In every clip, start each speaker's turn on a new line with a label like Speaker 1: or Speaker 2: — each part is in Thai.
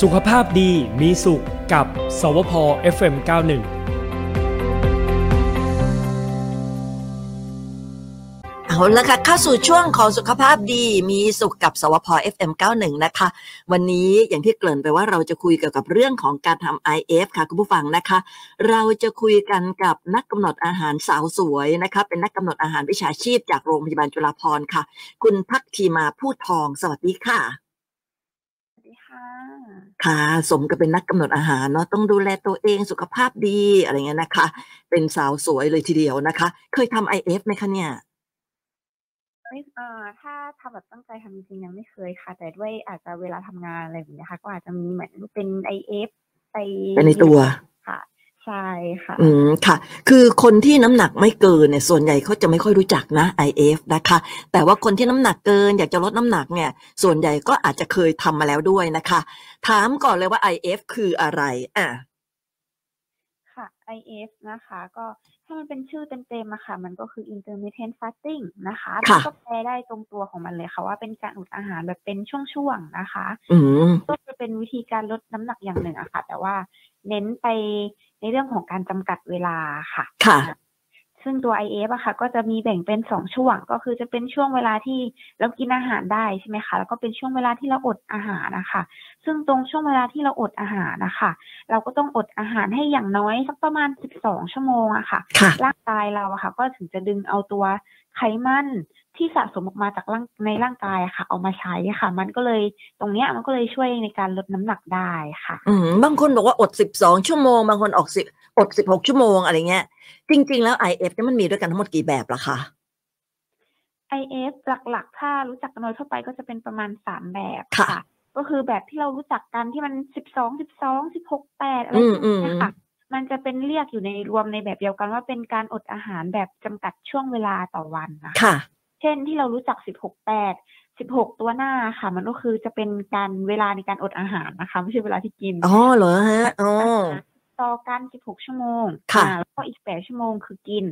Speaker 1: สุขภาพดีมีสุขกับ สวพ FM91
Speaker 2: เอาละค่ะเข้าสู่ช่วงของสุขภาพดีมีสุขกับสวพ FM91 นะคะ วันนี้อย่างที่เกริ่นไปว่าเราจะคุยเกี่ยวกับเรื่องของการทำ IF ค่ะคุณผู้ฟังนะคะ เราจะคุยกันกับนักกำหนดอาหารสาวสวยนะคะเป็นนักกำหนดอาหารวิชาชีพจากโรงพยาบาลจุฬาภรณ์ค่ะ คุณพักทีมาผู้ทองสวัสดีค่ะ
Speaker 3: สวัสดีค่ะ
Speaker 2: ค่ะสมกับเป็นนักกำหนดอาหารเนาะต้องดูแลตัวเองสุขภาพดีอะไรเงี้ยนะคะ เป็นสาวสวยเลยทีเดียวนะคะ เคยทำ IF ไหมคะเนี่ย
Speaker 3: ไม่เอ่อถ้าทำแบบตั้งใจทำจริงๆยังไม่เคยค่ะ แต่ด้วยอาจจะเวลาทำงานอะไรแบบเนี้ยค่ะ ก็อาจจะมีเหมือนเป็นไอเอฟไป
Speaker 2: ไปในตัว
Speaker 3: ค่ะ ใช่ค่ะ
Speaker 2: อืมค่ะ คือคนที่น้ำหนักไม่เกินเนี่ยส่วนใหญ่เขาจะไม่ค่อยรู้จักนะ IF นะคะ แต่ว่าคนที่น้ำหนักเกินอยากจะลดน้ำหนักเนี่ย ส่วนใหญ่ก็อาจจะเคยทำมาแล้วด้วยนะคะ ถามก่อนเลยว่า IF คืออะไรอ่ะ
Speaker 3: ค่ะ IF นะคะ ก็ถ้ามันเป็นชื่อเต็มๆอะค่ะ มันก็คือ intermittent fasting นะคะ
Speaker 2: ค่ะ
Speaker 3: ก็แปลได้ตรงตัวของมันเลยค่ะว่าเป็นการอดอาหารแบบเป็นช่วงๆนะคะ
Speaker 2: อืม
Speaker 3: ก็จะเป็นวิธีการลดน้ำหนักอย่างหนึ่งอะค่ะ แต่ว่าเน้นไปในเรื่องของการจำกัดเวลาค่ะ
Speaker 2: ค่ะ
Speaker 3: ซึ่งตัว IF อะค่ะ ก็จะมีแบ่งเป็นสองช่วง ก็คือจะเป็นช่วงเวลาที่เรากินอาหารได้ใช่ไหมคะแล้วก็เป็นช่วงเวลาที่เราอดอาหารนะคะ ซึ่งตรงช่วงเวลาที่เราอดอาหารนะคะ เราก็ต้องอดอาหารให้อย่างน้อยสักประมาณ 12 ชั่วโมงอะค่ะ
Speaker 2: ค่ะ
Speaker 3: ร่างกายเราอะค่ะ ก็ถึงจะดึงเอาตัวไขมันที่สะสมออกมาจากร่างในร่างกายอะค่ะ เอามาใช้ค่ะ มันก็เลยตรงเนี้ยมันก็เลยช่วยในการลดน้ำหนักได้ค่ะ
Speaker 2: อืมบางคนบอกว่าอด 12 ชั่วโมง บางคนออกสิอด 16 ชั่วโมงอะไรเงี้ย จริง ๆ แล้ว IF เนี่ยมันมีด้วยกันทั้งหมดกี่แบบล่ะคะ
Speaker 3: IF หลักๆ ถ้ารู้จักกันโดยทั่วไปก็จะเป็นประมาณสามแบบ
Speaker 2: ค่ะ
Speaker 3: ก็คือแบบที่เรารู้จักกันที่มันสิบสองสิบสองสิบหกแปดอะไร
Speaker 2: อืม
Speaker 3: อย่างเงี้
Speaker 2: อื
Speaker 3: ย
Speaker 2: ม
Speaker 3: ค่ะ มันจะเป็นเรียกอยู่ในรวมในแบบเดียวกันว่าเป็นการอดอาหารแบบจำกัดช่วงเวลาต่อวันนะ
Speaker 2: ค่ะ
Speaker 3: เช่นที่เรารู้จักสิบหกแปดสิบหกตัวหน้าค่ะ มันก็คือจะเป็นการเวลาในการอดอาหารนะคะไม่ใช่เวลาที่กิน
Speaker 2: อ๋อเหรอฮะ อ๋อ
Speaker 3: ต่อกันสิบหกชั่วโมง
Speaker 2: ค่ะ
Speaker 3: อ่าแล้วก็อีกแปดชั่วโมงคือกิน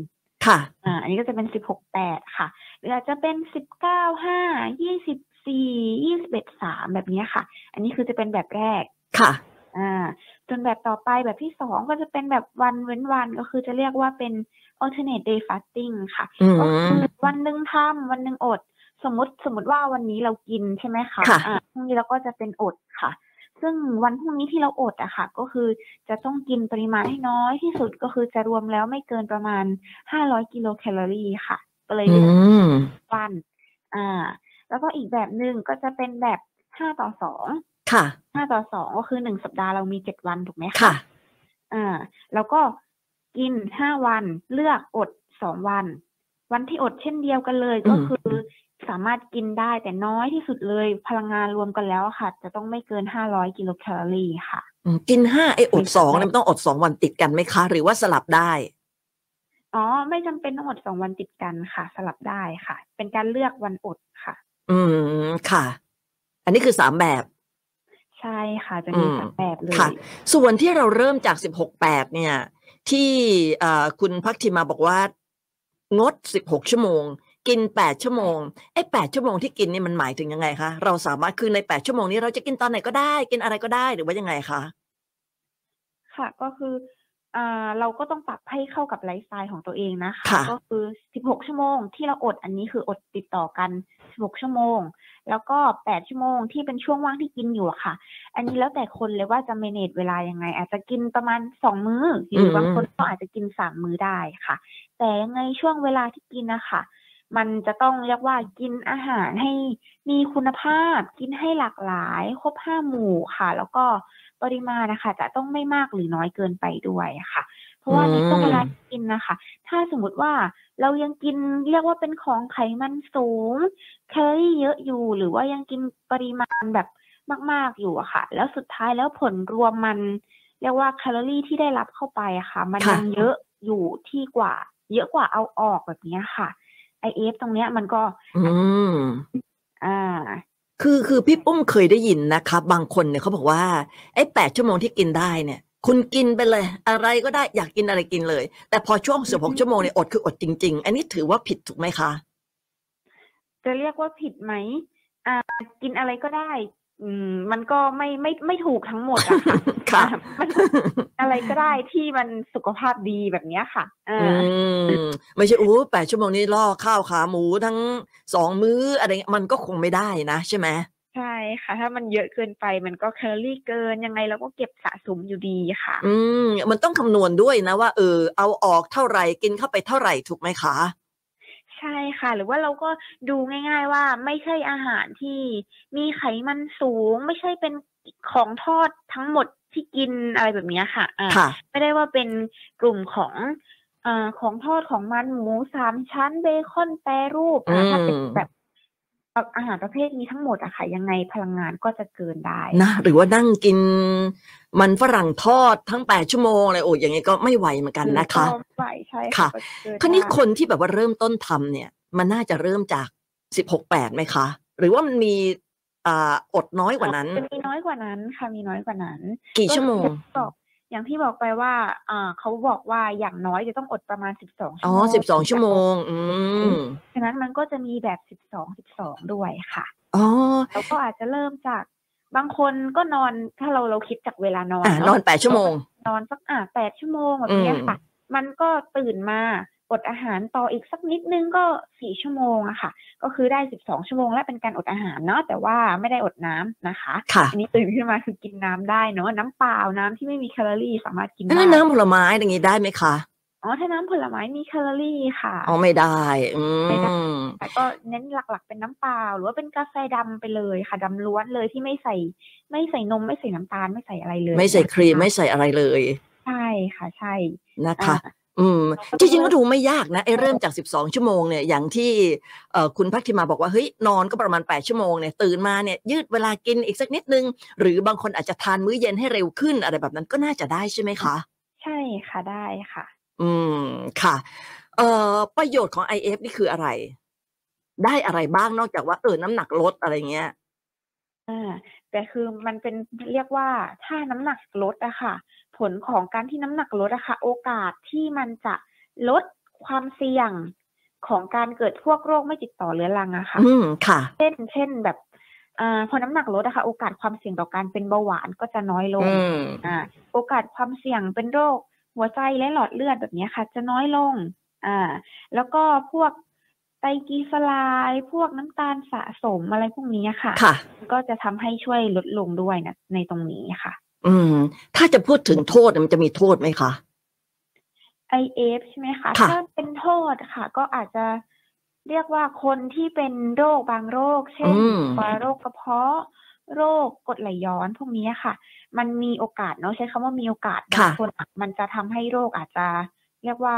Speaker 2: ค่ะ
Speaker 3: อ่าอันนี้ก็จะเป็นสิบหกแปดค่ะ หรืออาจจะเป็นสิบเก้าห้ายี่สิบสี่ยี่สิบเอ็ดสามแบบเนี้ยค่ะ อันนี้คือจะเป็นแบบแรก
Speaker 2: ค่ะ
Speaker 3: อ่าจนแบบต่อไปแบบที่สองก็จะเป็นแบบวันเว้นวันก็คือจะเรียกว่าเป็น alternate day fasting ค่ะ
Speaker 2: อื
Speaker 3: ก็
Speaker 2: ม
Speaker 3: คือวันหนึ่งทำวันหนึ่งอด สมมติสมมติว่าวันนี้เรากินใช่ไหมคะ
Speaker 2: ค่ะ
Speaker 3: อ่าพรุ่งนี้เราก็จะเป็นอดค่ะ ซึ่งวันพรุ่งนี้ที่เราอดอะค่ะ ก็คือจะต้องกินปริมาณให้น้อยที่สุดก็คือจะรวมแล้วไม่เกินประมาณ 500 กิโลแคลอรี่ค่ะก็เลย
Speaker 2: อื
Speaker 3: เรียก
Speaker 2: ม
Speaker 3: วัน อ่า แล้วก็อีกแบบหนึ่งก็จะเป็นแบบ 5 ต่อ 2
Speaker 2: ค่ะ
Speaker 3: 5 ต่อ 2 ก็คือ 1 สัปดาห์เรามี 7 วันถูกไหมคะ
Speaker 2: ค่ะ
Speaker 3: อ่าแล้วก็กินห้าวันเลือกอดสองวัน วันที่อดเช่นเดียวกันเลยก็
Speaker 2: อืม
Speaker 3: คือสามารถกินได้แต่น้อยที่สุดเลยพลังงานรวมกันแล้วอะค่ะ จะต้องไม่เกินห้าร้อยกิโลแคลอรี่ค่ะ
Speaker 2: อืมกินห้าไออด
Speaker 3: มีสอง
Speaker 2: สอง
Speaker 3: วัน
Speaker 2: เนี่ยมันต้องอดสองวันติดกันไหมคะ หรือว่าสลับได้
Speaker 3: อ๋อไม่จำเป็นต้องอดสองวันติดกันค่ะ สลับได้ค่ะ เป็นการเลือกวันอดค่ะ
Speaker 2: อืม ค่ะ อันนี้คือสามแบบ
Speaker 3: ใช่ค่ะจะมี
Speaker 2: อืม
Speaker 3: สามแบบเลย
Speaker 2: ค่ะ ส่วนที่เราเริ่มจากสิบหกแปดเนี่ย ที่เอ่อคุณพักทีมาบอกว่า งดสิบหกชั่วโมง กินแปดชั่วโมงไอ้แปดชั่วโมงที่กินนี่มันหมายถึงยังไงคะเราสามารถคือในแปดชั่วโมงนี้เราจะกินตอนไหนก็ได้ กินอะไรก็ได้หรือว่ายังไงคะ
Speaker 3: ค่ะก็คืออ่าเราก็ต้องปรับให้เข้ากับไลฟ์สไตล์ของตัวเองนะคะ
Speaker 2: ค่ะ
Speaker 3: ก็คือ 16 ชั่วโมงที่เราอดอันนี้คืออดติดต่อกัน 16 ชั่วโมง แล้วก็ 8 ชั่วโมงที่เป็นช่วงว่างที่กินอยู่อะค่ะ อันนี้แล้วแต่คนเลยว่าจะ manage เวลายังไง อาจจะกินประมาณ 2 มื้อ หรือ
Speaker 2: ม
Speaker 3: บางคนก็อาจจะกิน 3 มื้อได้ค่ะ แต่ยังไงช่วงเวลาที่กินนะคะ มันจะต้องเรียกว่ากินอาหารให้มีคุณภาพ กินให้หลากหลาย ครบห้าหมู่ค่ะ แล้วก็ปริมาณนะคะ จะต้องไม่มากหรือน้อยเกินไปด้วยค่ะ เพราะว่าในช่วงเวลาที่กินนะคะ ถ้าสมมติว่าเรายังกินเรียกว่าเป็นของไขมันสูงแคลอรี่เยอะอยู่ หรือว่ายังกินปริมาณแบบมาก ๆอยู่อะค่ะ แล้วสุดท้ายแล้วผลรวมมัน เรียกว่าแคลอรี่ที่ได้รับเข้าไปอะค่ะ มัน
Speaker 2: ค่ะ
Speaker 3: ยังเยอะอยู่ที่กว่า เยอะกว่าเอาออกแบบเนี้ยค่ะ ไอเอฟตรงเนี้ยมันก็
Speaker 2: อืม
Speaker 3: อ่า
Speaker 2: คือคือพี่ปุ้มเคยได้ยินนะคะ บางคนเนี่ยเขาบอกว่าไอ้แปดชั่วโมงที่กินได้เนี่ย คุณกินไปเลย อะไรก็ได้อยากกินอะไรกินเลย แต่พอช่วงสิบหกชั่วโมงเนี่ยอดคืออดจริง ๆ อันนี้ถือว่าผิดถูกไหมคะ
Speaker 3: จะเรียกว่าผิดไหมอ่า กินอะไรก็ได้ อืมมันก็ไม่ไม่ไม่ถูกทั้งหมดอะค่ะ
Speaker 2: ค่ะ
Speaker 3: อ่ะมันอะไรก็ได้ที่มันสุขภาพดีแบบเนี้ยค่ะเออ
Speaker 2: อื
Speaker 3: อ
Speaker 2: มไม่ใช่อู้แปดชั่วโมงนี้ล่อข้าวขาหมูทั้งสองมื้ออะไรเงี้ยมันก็คงไม่ได้นะใช่ไหม
Speaker 3: ใช่ค่ะ ถ้ามันเยอะเกินไปมันก็แคลอรี่เกินยังไงเราก็เก็บสะสมอยู่ดีค่ะ
Speaker 2: อืม มันต้องคำนวณด้วยนะว่าเออเอาออกเท่าไหร่กินเข้าไปเท่าไหร่ถูกไหมคะ
Speaker 3: ใช่ค่ะ หรือว่าเราก็ดูง่าย ๆ ว่าไม่ใช่อาหารที่มีไขมันสูง ไม่ใช่เป็นของทอดทั้งหมดที่กินอะไรแบบเนี้ยค่ะอ่า
Speaker 2: ค่ะ
Speaker 3: ไม่ได้ว่าเป็นกลุ่มของเออของทอดของมันหมูสามชั้นเบคอนแปรรูป
Speaker 2: อื
Speaker 3: อ่ะ
Speaker 2: ม
Speaker 3: ถ้าเป็นแบบอาหารประเภทนี้ทั้งหมดอะค่ะ ยังไงพลังงานก็จะเกินได้
Speaker 2: นะหรือว่านั่งกิน มันฝรั่งทอดทั้งแปดชั่วโมงอะไรโอ้ยอย่างงี้ก็ไม่ไหวเหมือนกันนะคะ
Speaker 3: หรือก็ไหวใช่
Speaker 2: ค่ะ
Speaker 3: ก็เกิ
Speaker 2: คราวนี้
Speaker 3: ได้
Speaker 2: คนที่แบบว่าเริ่มต้นทำเนี่ย มันน่าจะเริ่มจากสิบหกแปดไหมคะ หรือว่ามันมีอ่าอดน้อยกว่านั้น
Speaker 3: จะมีน้อยกว่านั้นค่ะมีน้อยกว่านั้น
Speaker 2: กี่ชั่วโมง
Speaker 3: ก็อย่างที่บอกไปว่าอ่าเขาบอกว่าอย่างน้อยจะต้องอดประมาณสิบสอง
Speaker 2: อ๋อสิบสองชั่วโมง อืม
Speaker 3: ฉะนั้นมันก็จะมีแบบสิบสองสิบสองด้วยค่ะ
Speaker 2: อ๋อ
Speaker 3: แล้วก็อาจจะเริ่มจากบางคนก็นอนถ้าเราเราคิดจากเวลานอน
Speaker 2: อ่ะ
Speaker 3: เะ
Speaker 2: นอนแปดชั่วโมง
Speaker 3: นอนสักอ่ะแปดชั่วโมงแบบเนี้ย
Speaker 2: อืม
Speaker 3: ค่ะ มันก็ตื่นมาอดอาหารต่ออีกสักนิดนึงก็สี่ชั่วโมงอะค่ะ ก็คือได้สิบสองชั่วโมงและเป็นการอดอาหารเนาะแต่ว่าไม่ได้อดน้ำนะคะ
Speaker 2: ค่ะ
Speaker 3: อันนี้ตื่นขึ้นมาคือกินน้ำได้เนาะน้ำเปล่าน้ำที่ไม่มีแคลอรี่สามารถกินได้
Speaker 2: แล้วน้ำผลไม้อย่างนี้ได้ไหมคะ
Speaker 3: อ๋อถ้าน้ำผลไม้มีแคลอรี่ค่ะ
Speaker 2: อ๋อไม่ได้ อื
Speaker 3: ไม่ได้
Speaker 2: ม
Speaker 3: แต่ก็เน้นหลักๆเป็นน้ำเปล่า หรือว่าเป็นกาแฟดำไปเลยค่ะดำล้วนเลยที่ไม่ใส่ ไม่ใส่นมไม่ใส่น้ำตาลไม่ใส่อะไรเลย
Speaker 2: ไม่ใส่ครีม
Speaker 3: นะะ
Speaker 2: ไม่ใส่อะไรเลย
Speaker 3: ใช่ค่ะใช่
Speaker 2: นะคะ
Speaker 3: อ่า
Speaker 2: อืม จ
Speaker 3: แล้วก็
Speaker 2: ริงๆก็ดูไม่ยากนะไอ้เริ่มจาก 12 ชั่วโมงเนี่ยอย่างที่เอ่อคุณพักทิมาบอกว่าเฮ้ยนอนก็ประมาณ 8 ชั่วโมงเนี่ยตื่นมาเนี่ยยืดเวลากินอีกสักนิดนึง หรือบางคนอาจจะทานมื้อเย็นให้เร็วขึ้นอะไรแบบนั้นก็น่าจะได้ใช่ไหมคะ
Speaker 3: ใช่ค่ะได้ค่ะ
Speaker 2: อืมค่ะ เอ่อประโยชน์ของ IF นี่คืออะไร ได้อะไรบ้างนอกจากว่าเออน้ำหนักลดอะไรเงี้ย
Speaker 3: อ่าแต่คือมันเป็นเรียกว่าถ้าน้ำหนักลดอะค่ะ ผลของการที่น้ำหนักลดอะค่ะ โอกาสที่มันจะลดความเสี่ยงของการเกิดพวกโรคไม่ติดต่อเรื้อรังอะค่ะ
Speaker 2: อืมค่ะ
Speaker 3: เช่น เช่นแบบอ่าพอน้ำหนักลดอะค่ะ โอกาสความเสี่ยงต่อการเป็นเบาหวานก็จะน้อยลง
Speaker 2: อืม
Speaker 3: อ่าโอกาสความเสี่ยงเป็นโรคหัวใจและหลอดเลือดแบบเนี้ยค่ะ จะน้อยลงอ่าแล้วก็พวกไตรกลีเซอไรด์พวกน้ำตาลสะสมอะไรพวกเนี้ยค่ะ
Speaker 2: ค่ะ
Speaker 3: ก็จะทำให้ช่วยลดลงด้วยนะในตรงนี้ค่ะ
Speaker 2: อืม ถ้าจะพูดถึงโทษเนี่ยมันจะมีโทษไหมคะ
Speaker 3: IF ใช่ไหมคะ
Speaker 2: ค่ะ
Speaker 3: ถ้าเป็นโทษค่ะ ก็อาจจะเรียกว่าคนที่เป็นโรคบางโรค เช่น
Speaker 2: อืม
Speaker 3: วาโรคกระเพาะ โรคกรดไหลย้อนพวกนี้ค่ะ มันมีโอกาสเนาะใช้คำว่ามีโอกาสบาง
Speaker 2: ค่ะ
Speaker 3: คนอ่ะมันจะทำให้โรคอาจจะเรียกว่า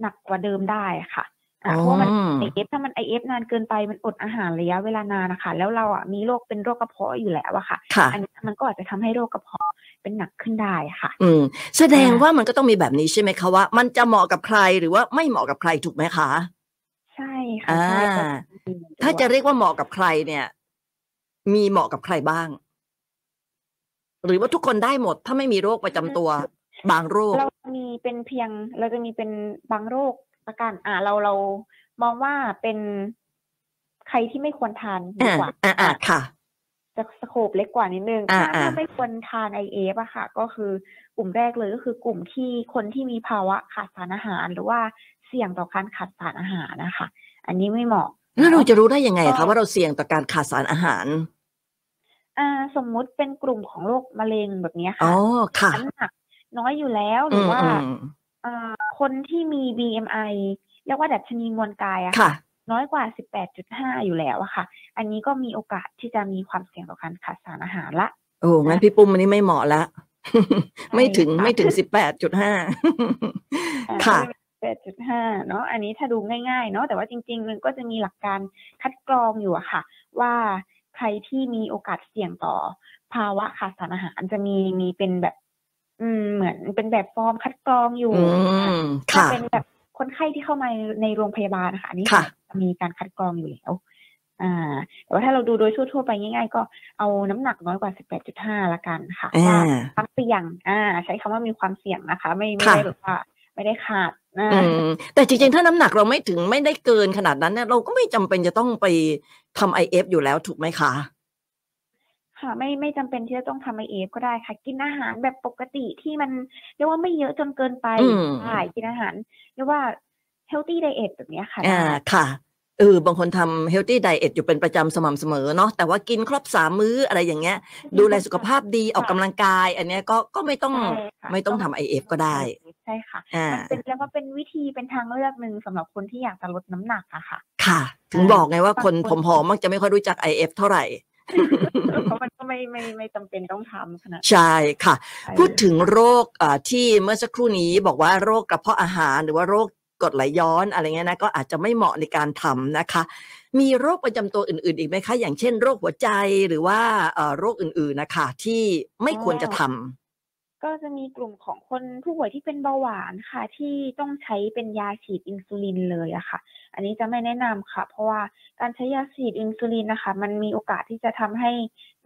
Speaker 3: หนักกว่าเดิมได้ค่ะอ่ะเพราะว่ามัน
Speaker 2: อืม
Speaker 3: IF ถ้ามัน IF นานเกินไปมันอดอาหารระยะเวลานานนะคะแล้วเราอ่ะมีโรคเป็นโรคกระเพาะอยู่แล้วอะค่ะ
Speaker 2: ค่ะ
Speaker 3: อันนี้มันก็อาจจะทำให้โรคกระเพาะเป็นหนักขึ้นได้ค่ะ
Speaker 2: อืม แสดง
Speaker 3: อ่า
Speaker 2: ว่ามันก็ต้องมีแบบนี้ใช่ไหมคะว่า มันจะเหมาะกับใครหรือว่าไม่เหมาะกับใครถูกไหมคะ
Speaker 3: ใช่ค่ะ
Speaker 2: อ่า
Speaker 3: ใช่ค่ะมีด้วย
Speaker 2: ถ้าจะเรียกว่าเหมาะกับใครเนี่ย มีเหมาะกับใครบ้าง หรือว่าทุกคนได้หมด ถ้าไม่มีโรคประจำ ตัว บางโรค
Speaker 3: เรามีเป็นเพียงเราจะมีเป็นบางโรคอาการอ่าเราเรามองว่าเป็นใครที่ไม่ควรทานดี
Speaker 2: อ่าก
Speaker 3: ว่า
Speaker 2: อ่าอ่าค่ะ
Speaker 3: จะสโคปเล็กกว่านิดนึง
Speaker 2: อ่า
Speaker 3: ถ้า
Speaker 2: อ่า
Speaker 3: ถ้าไม่ควรทานไอเอฟอะค่ะ ก็คือกลุ่มแรกเลยก็คือกลุ่มที่คนที่มีภาวะขาดสารอาหาร หรือว่าเสี่ยงต่อการขาดสารอาหารนะคะ อันนี้ไม่เหมาะ
Speaker 2: แล้วเราจะรู้ได้ยังไงอะ
Speaker 3: ก็
Speaker 2: คะว่าเราเสี่ยงต่อการขาดสารอาหาร
Speaker 3: อ่าสมมุติเป็นกลุ่มของโรคมะเร็งแบบเนี้ย
Speaker 2: อ๋อ ค่ะ
Speaker 3: ค่ะน้ำหนักน้อยอยู่แล้วห
Speaker 2: อื
Speaker 3: รือ
Speaker 2: ม
Speaker 3: ว่า
Speaker 2: อืม
Speaker 3: เอ่อคนที่มี BMI เรียกว่าดัชนีมวลกายอะ
Speaker 2: ค่ะ
Speaker 3: น้อยกว่า 18.5 อยู่แล้วอะค่ะ อันนี้ก็มีโอกาสที่จะมีความเสี่ยงต่อการขาดสารอาหารละ
Speaker 2: โอ้ งั้นพี่ปุ้มอันนี้ไม่เหมาะละ ไม่ถึง
Speaker 3: ค่ะ
Speaker 2: ไม่ถึงสิบแปดจุดห้า
Speaker 3: อ่า
Speaker 2: ค่ะ
Speaker 3: 18.5 เนาะอันนี้ถ้าดูง่ายๆ เนาะแต่ว่าจริงๆ มันก็จะมีหลักการคัดกรองอยู่อะค่ะ ว่าใครที่มีโอกาสเสี่ยงต่อภาวะขาดสารอาหารจะมีมีเป็นแบบ อืมเหมือนเป็นแบบฟอร์มคัดกรองอยู่
Speaker 2: อืม
Speaker 3: ถ้า
Speaker 2: ค่ะ
Speaker 3: เป็นแบบคนไข้ที่เข้ามาในในโรงพยาบาลนะคะอันนี้
Speaker 2: ค่ะ
Speaker 3: จะมีการคัดกรองอยู่แล้ว อ่า แต่ว่าถ้าเราดูโดยทั่วๆไปง่าย ๆ ก็เอาน้ำหนักน้อยกว่า 18.5 ละกันค่ะ
Speaker 2: อ่
Speaker 3: ว่า
Speaker 2: า
Speaker 3: ความเสี่ยง อ่า ใช้คำว่ามีความเสี่ยงนะคะ ไม่ไม่
Speaker 2: ค่ะ
Speaker 3: ได้แบบว่าไม่ได้ขาดอ่า
Speaker 2: อืมแต่จริงๆ ถ้าน้ำหนักเราไม่ถึงไม่ได้เกินขนาดนั้นเนี่ยเราก็ไม่จำเป็นจะต้องไปทำ IF อยู่แล้วถูกไหมคะ
Speaker 3: ค่ะ ไม่ไม่จำเป็นที่จะต้องทำไอเอฟก็ได้ค่ะ กินอาหารแบบปกติที่มันเรียกว่าไม่เยอะจนเกินไป
Speaker 2: อืม
Speaker 3: ใช่กินอาหารเรียกว่า healthy diet แบบเนี้ยค่ะ
Speaker 2: อ่า
Speaker 3: ได้
Speaker 2: ค่ะเออบางคนทำเฮลตี้ไดเอทอยู่เป็นประจำสม่ำเสมอเนาะแต่ว่ากินครบสามมื้ออะไรอย่างเงี้ย ดูแลสุขภาพดีออกกำลังกาย อันเนี้ยก็ก็ไม่ต้อง
Speaker 3: ใช่ค่ะ
Speaker 2: ไม่ต้องทำ IF ก็ได้
Speaker 3: ใช่ค่ะ
Speaker 2: อ่า
Speaker 3: มันเป็นแล้วก็เป็นวิธีเป็นทางเลือกหนึ่งสำหรับคนที่อยากจะลดน้ำหนักอะ ค่ะ
Speaker 2: ค่ะ ถึง
Speaker 3: อ่า
Speaker 2: บอกไงว่าคนผ
Speaker 3: บางคน
Speaker 2: มหอมมักจะไม่ค่อยรู้จัก IF เท่าไหร่
Speaker 3: เพราะมันก็ไม่ไม่ไม่จำเป็นต้องทำขนาด
Speaker 2: ใช่ค่ะ
Speaker 3: นั้น
Speaker 2: พูดถึงโรคเอ่อที่เมื่อสักครู่นี้บอกว่าโรคกระเพาะอาหารหรือว่าโรคกรดไหลย้อนอะไรเงี้ยนะก็อาจจะไม่เหมาะในการทำนะคะ มีโรคประจำตัวอื่น ๆ อีกไหมคะ อย่างเช่นโรคหัวใจหรือว่าเอ่อโรคอื่น ๆนะคะ ที่ไม่ควรจะทำ
Speaker 3: ก็จะมีกลุ่มของคนผู้ป่วยที่เป็นเบาหวานค่ะ ที่ต้องใช้เป็นยาฉีดอินซูลินเลยอะค่ะ อันนี้จะไม่แนะนำค่ะ เพราะว่าการใช้ยาฉีดอินซูลินนะคะ มันมีโอกาสที่จะทำให้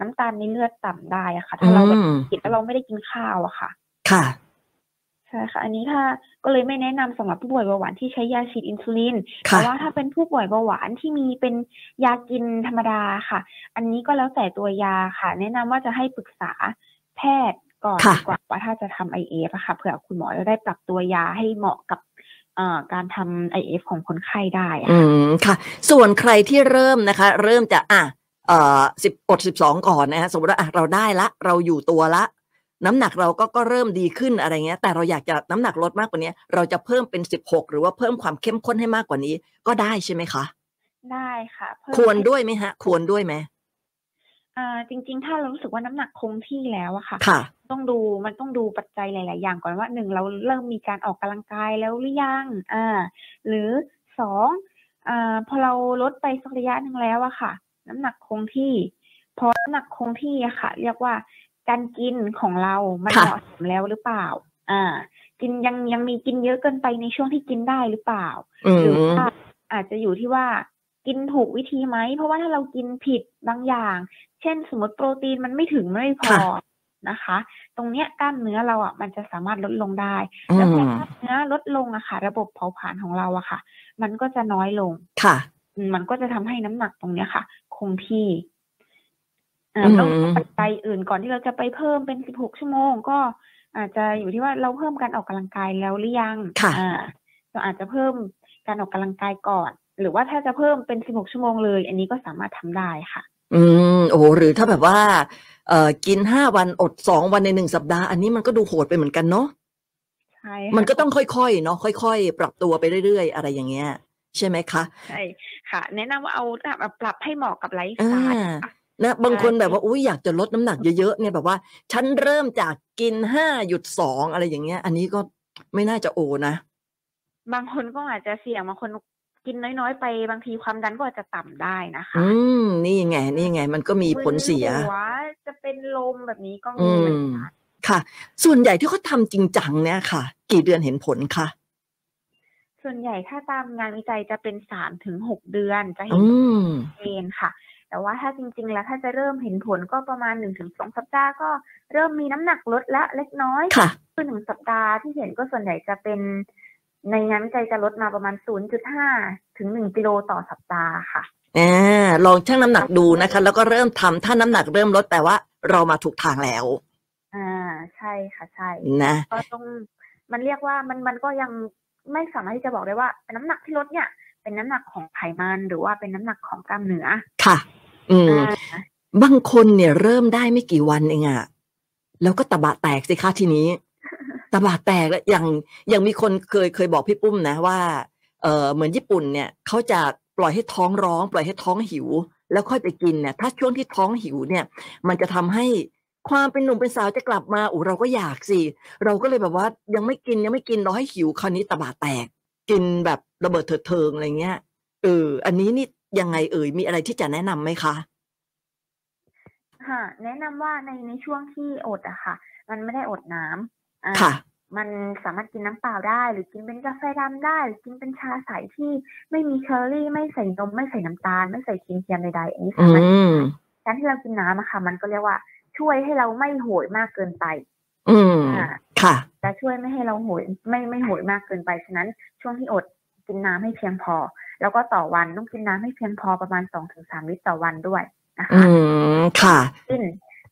Speaker 3: น้ำตาลในเลือดต่ำได้อะค่ะ
Speaker 2: อื
Speaker 3: ถ้าเราแบบ
Speaker 2: ม
Speaker 3: กินแล้วเราไม่ได้กินข้าวอะค่ะ
Speaker 2: ค่ะ
Speaker 3: ใช่ค่ะ อันนี้ถ้าก็เลยไม่แนะนำสำหรับผู้ป่วยเบาหวานที่ใช้ยาฉีดอินซูลิน แต่
Speaker 2: ค่ะ
Speaker 3: ว่าถ้าเป็นผู้ป่วยเบาหวานที่มีเป็นยากินธรรมดาค่ะ อันนี้ก็แล้วแต่ตัวยาค่ะ แนะนำว่าจะให้ปรึกษาแพทย์ก่อน
Speaker 2: ค่ะ
Speaker 3: ดีกว่าว่าถ้าจะทำ IF อะค่ะเผื่อคุณหมอจะได้ปรับตัวยาให้เหมาะกับเอ่อการทำ IF ของคนไข้ได้อะ
Speaker 2: อืมค่ะ ส่วนใครที่เริ่มนะคะ เริ่มจะอ่ะเอ่อสิบอดสิบสองก่อนนะฮะสมมติว่าอ่ะเราได้ละ เราอยู่ตัวละ น้ำหนักเราก็ก็เริ่มดีขึ้นอะไรเงี้ย แต่เราอยากจะน้ำหนักลดมากกว่านี้ เราจะเพิ่มเป็นสิบหกหรือว่าเพิ่มความเข้มข้นให้มากกว่านี้ ก็ได้ใช่ไหมคะ
Speaker 3: ได้ค่ะเพิ่ม
Speaker 2: ควร
Speaker 3: ให้
Speaker 2: ด้วยไหมฮะ ควรด้วยไหม
Speaker 3: อ่าจริง ๆ ถ้าเรารู้สึกว่าน้ำหนักคงที่แล้วอะค่ะ
Speaker 2: ค่ะ
Speaker 3: ต้องดูมันต้องดูปัจจัยหลาย ๆ อย่างก่อนว่าหนึ่งเราเริ่มมีการออกกำลังกายแล้วหรือยังอ่า หรือสองอ่าพอเราลดไปสักระยะหนึ่งแล้วอะค่ะ น้ำหนักคงที่ พอน้ำหนักคงที่อะค่ะ เรียกว่าการกินของเรามัน
Speaker 2: ค่ะ
Speaker 3: เหมาะสมแล้วหรือเปล่า อ่า กินยังยังมีกินเยอะเกินไปในช่วงที่กินได้หรือเปล่า
Speaker 2: อื
Speaker 3: หรือ
Speaker 2: ม
Speaker 3: ว่าอาจจะอยู่ที่ว่ากินถูกวิธีไหม เพราะว่าถ้าเรากินผิดบางอย่าง เช่นสมมติโปรตีนมันไม่ถึงมันไม่พอ
Speaker 2: ค่ะ
Speaker 3: นะคะ ตรงเนี้ยกล้ามเนื้อเราอ่ะมันจะสามารถลดลงได้
Speaker 2: อื
Speaker 3: แล้วพอ
Speaker 2: ม
Speaker 3: กล้ามเนื้อลดลงอะค่ะ ระบบเผาผลาญของเราอะค่ะ มันก็จะน้อยลง
Speaker 2: ค่ะ
Speaker 3: อืมมันก็จะทำให้น้ำหนักตรงเนี้ยค่ะ คงที่อ่า
Speaker 2: อืม
Speaker 3: ต้องปัจจัยอื่นก่อนที่เราจะไปเพิ่มเป็นสิบหกชั่วโมง ก็อาจจะอยู่ที่ว่าเราเพิ่มการออกกำลังกายแล้วหรือยัง
Speaker 2: ค่ะ
Speaker 3: อ่าเราอาจจะเพิ่มการออกกำลังกายก่อน หรือว่าถ้าจะเพิ่มเป็นสิบหกชั่วโมงเลย อันนี้ก็สามารถทำได้ค่ะ
Speaker 2: อืมโอ้โหหรือถ้าแบบว่าเอ่อกินห้าวันอดสองวันในหนึ่งสัปดาห์อันนี้มันก็ดูโหดไปเหมือนกันเนาะ
Speaker 3: ใช่
Speaker 2: มันก็
Speaker 3: ค่ะ
Speaker 2: ต้องค่อยๆเนาะค่อยๆ ปรับตัวไปเรื่อยๆ อะไรอย่างเงี้ย ใช่ไหมคะ
Speaker 3: ใช่ค่ะ แนะนำว่าเอาแบบปรับให้เหมาะกับไลฟ์ส
Speaker 2: อ่า
Speaker 3: ไตล์ค่ะ
Speaker 2: นะบางคนแบบว่า
Speaker 3: ใช่
Speaker 2: อุ้ยอยากจะลดน้ำหนักเยอะๆเนี่ยแบบว่า ฉันเริ่มจากกินห้าหยุดสองอะไรอย่างเงี้ย อันนี้ก็ไม่น่าจะโอนะ
Speaker 3: บางคนก็อาจจะเสี่ยงบางคนกินน้อยๆ ไปบางทีความดันก็อาจจะต่ำได้นะคะ
Speaker 2: อืม นี่ไง นี่ไง มันก็มีผลเสีย
Speaker 3: มึนหัวจะเป็นลมแบบนี้ก็
Speaker 2: อื
Speaker 3: มีเหมือน
Speaker 2: ม
Speaker 3: กัน
Speaker 2: ค่ะ ส่วนใหญ่ที่เขาทำจริงจังเนี่ยค่ะ กี่เดือนเห็นผลคะ
Speaker 3: ส่วนใหญ่ถ้าตามงานวิจัยจะเป็นสามถึงหกเดือน จะเห็
Speaker 2: อื
Speaker 3: น
Speaker 2: ม
Speaker 3: เองค่ะ แต่ว่าถ้าจริงๆ แล้วถ้าจะเริ่มเห็นผลก็ประมาณหนึ่งถึงสองสัปดาห์ก็เริ่มมีน้ำหนักลดละเล็กน้อย
Speaker 2: ค่ะ
Speaker 3: คือหนึ่งสัปดาห์ที่เห็นก็ส่วนใหญ่จะเป็น ในงานวิจัยจะลดมาประมาณ 0.5 ถึง 1 กิโลต่อสัปดาห์ค่ะ
Speaker 2: อ่าลองชั่งน้ำหนักดูนะคะ แล้วก็เริ่มทำถ้าน้ำหนักเริ่มลดแปลว่าเรามาถูกทางแล้ว
Speaker 3: อ่าใช่ค่ะใช่
Speaker 2: นะ
Speaker 3: ก็ต้องมันเรียกว่ามันมันก็ยังไม่สามารถที่จะบอกได้ว่าน้ำหนักที่ลดเนี่ย เป็นน้ำหนักของไขมันหรือว่าเป็นน้ำหนักของกล้ามเนื้อ
Speaker 2: ค่ะ อืม
Speaker 3: อ่า
Speaker 2: บางคนเนี่ยเริ่มได้ไม่กี่วันเองอะแล้วก็ตะบะแตกสิคะที นี้ ตะบะแตกแล้วอย่างอย่างมีคนเคยเคยบอกพี่ปุ้มนะว่า เออเหมือนญี่ปุ่นเนี่ยเขาจะปล่อยให้ท้องร้อง ปล่อยให้ท้องหิว แล้วค่อยไปกินเนี่ย ถ้าช่วงที่ท้องหิวเนี่ย มันจะทำให้ความเป็นหนุ่มเป็นสาวจะกลับมาอูเราก็อยากสิเราก็เลยแบบว่ายังไม่กินยังไม่กินรอให้หิวคราวนี้ตะบะแตก กินแบบระเบิดเถิดเทิงอะไรเงี้ยเออ อันนี้นี่ยังไงเอ่ยมีอะไรที่จะแนะนำไหมคะ
Speaker 3: ค่ะ แนะนำว่าในในช่วงที่อดอะค่ะ มันไม่ได้อดน้ำอ่า
Speaker 2: ค่ะ
Speaker 3: มันสามารถกินน้ำเปล่าได้หรือกินเป็นกาแฟดำได้หรือกินเป็นชาใสที่ไม่มีแคลอรี่ไม่ใส่นมไม่ใส่น้ำตาล ไม่ใส่ครีมเทียมใดๆอันนี้
Speaker 2: อื
Speaker 3: สามารถ
Speaker 2: ม
Speaker 3: การที่เรากินน้ำอะค่ะ มันก็เรียกว่าช่วยให้เราไม่โหยมากเกินไป
Speaker 2: อืม
Speaker 3: อ่า
Speaker 2: ค่ะ
Speaker 3: จะช่วยไม่ให้เราโหยไม่ไม่โหยมากเกินไปฉะนั้นช่วงที่อดกินน้ำให้เพียงพอ แล้วก็ต่อวันต้องกินน้ำให้เพียงพอประมาณสองถึงสามลิตรต่อวันด้วยนะ
Speaker 2: อื
Speaker 3: คะ
Speaker 2: ม ค่ะ
Speaker 3: ซึ่ง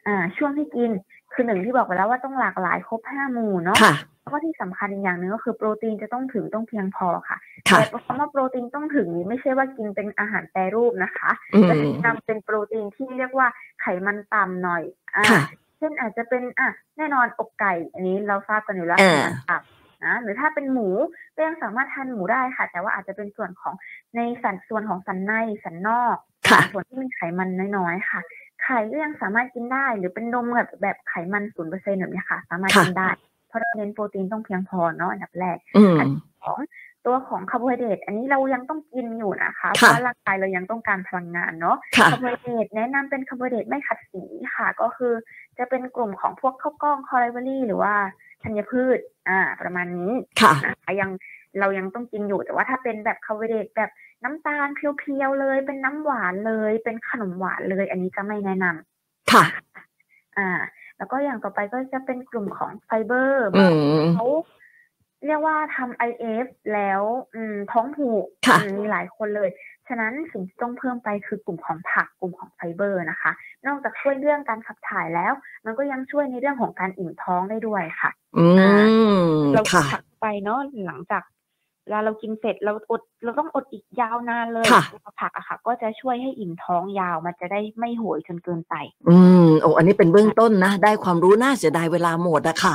Speaker 3: อ่า ช่วงที่กินคือหนึ่งที่บอกไปแล้วว่าต้องหลากหลายครบห้าหมู่เนาะ
Speaker 2: ค่ะ
Speaker 3: แล้วก็ที่สำคัญอีกอย่างหนึ่งก็คือโปรตีนจะต้องถึงต้องเพียงพอค่ะ
Speaker 2: ค่ะ
Speaker 3: แต่คำว่าโปรตีนต้องถึงนี้ไม่ใช่ว่ากินเป็นอาหารแปรรูปนะคะ
Speaker 2: อื
Speaker 3: จะ
Speaker 2: ม
Speaker 3: นำเป็นโปรตีนที่เรียกว่าไขมันต่ำหน่อยอ่า
Speaker 2: ค่ะ
Speaker 3: เช่นอาจจะเป็นอ่ะแน่นอนอกไก่ อันนี้เราทราบกันอยู่แล้ว
Speaker 2: เอ
Speaker 3: นะ
Speaker 2: อ
Speaker 3: ครับนะหรือถ้าเป็นหมูก็ยังสามารถทานหมูได้ค่ะ แต่ว่าอาจจะเป็นส่วนของในสันส่วนของสันในสันนอก
Speaker 2: ค่ะ
Speaker 3: ส่วนที่มีไขมันน้อยๆค่ะ ไข่ก็ยังสามารถกินได้ หรือเป็นนมแบบแบบไขมันศูนย์เปอร์เซ็นต์แบบเนี้ยค่ะ สามารถ
Speaker 2: ค่ะ
Speaker 3: กินได้ เพราะเราเน้นโปรตีนต้องเพียงพอเนาะอันดับแรก
Speaker 2: อืม
Speaker 3: ของตัวของคาร์โบไฮเดรตอันนี้เรายังต้องกินอยู่นะคะเพ
Speaker 2: ค่ะ
Speaker 3: ราะว่าร่างกายเรายังต้องการพลังงานเนาะ
Speaker 2: ค่ะ
Speaker 3: คาร์โบไฮเดรตแนะนำเป็นคาร์โบไฮเดรตไม่ขัดสีค่ะ ก็คือจะเป็นกลุ่มของพวกข้าวกล้องคอไรเบอรี่ หรือว่าธัญพืชอ่าประมาณนี้
Speaker 2: ค่ะ
Speaker 3: นะคะยังเรายังต้องกินอยู่แต่ว่าถ้าเป็นแบบคาร์โบไฮเดรตแบบน้ำตาลเพียวๆเลย เป็นน้ำหวานเลย เป็นขนมหวานเลย อันนี้จะไม่แนะนำ
Speaker 2: ค่ะ
Speaker 3: อ่า แล้วก็อย่างต่อไปก็จะเป็นกลุ่มของไฟเบอร์
Speaker 2: อืม
Speaker 3: เขาเรียกว่าทำ IF แล้วอืมท้องผูก
Speaker 2: ค่ะ
Speaker 3: อืมมีหลายคนเลย ฉะนั้นสิ่งที่ต้องเพิ่มไปคือกลุ่มของผักกลุ่มของไฟเบอร์นะคะ นอกจากช่วยเรื่องการขับถ่ายแล้ว มันก็ยังช่วยในเรื่องของการอิ่มท้องได้ด้วยค่ะ
Speaker 2: อืม
Speaker 3: เรากิ
Speaker 2: ค่ะ
Speaker 3: นผักไปเนาะหลังจากเวลาเรากินเสร็จเราอดเราต้องอดอีกยาวนานเลย
Speaker 2: ค่ะ
Speaker 3: ผักอะค่ะ ก็จะช่วยให้อิ่มท้องยาวมันจะได้ไม่โหยจนเกินไป
Speaker 2: อืมโอ้อันนี้เป็นเบื้องต้นนะ ได้ความรู้น่าเสียดายเวลาหมด นะคะ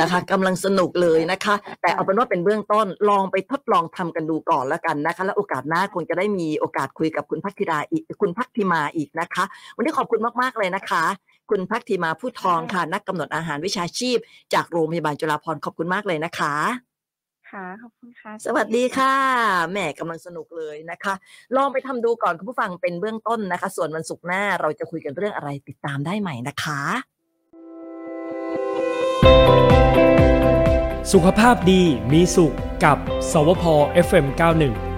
Speaker 2: นะคะกำลังสนุกเลยนะคะ แต่เอาเป็นว่าเป็นเบื้องต้นลองไปทดลองทำกันดูก่อนแล้วกันนะคะ แล้วโอกาสหน้าคงจะได้มีโอกาสคุยกับคุณพักธิดาอีกคุณพักธิมาอีกนะคะ วันนี้ขอบคุณมากๆเลยนะคะ คุณพักธิมาผู้ทองค่ะ นักกำหนดอาหารวิชาชีพ จากโรงพยาบาลจุฬาภรณ์ขอบคุณมากเลยนะคะ
Speaker 3: ค่ะขอบคุณค่ะ
Speaker 2: สวัสดีค่ะแหมกำลังสนุกเลยนะคะ ลองไปทำดูก่อนคุณผู้ฟังเป็นเบื้องต้นนะคะ ส่วนวันศุกร์หน้าเราจะคุยกันเรื่องอะไรติดตามได้ใหม่นะคะ
Speaker 1: สุขภาพดีมีสุขกับสวพ FM91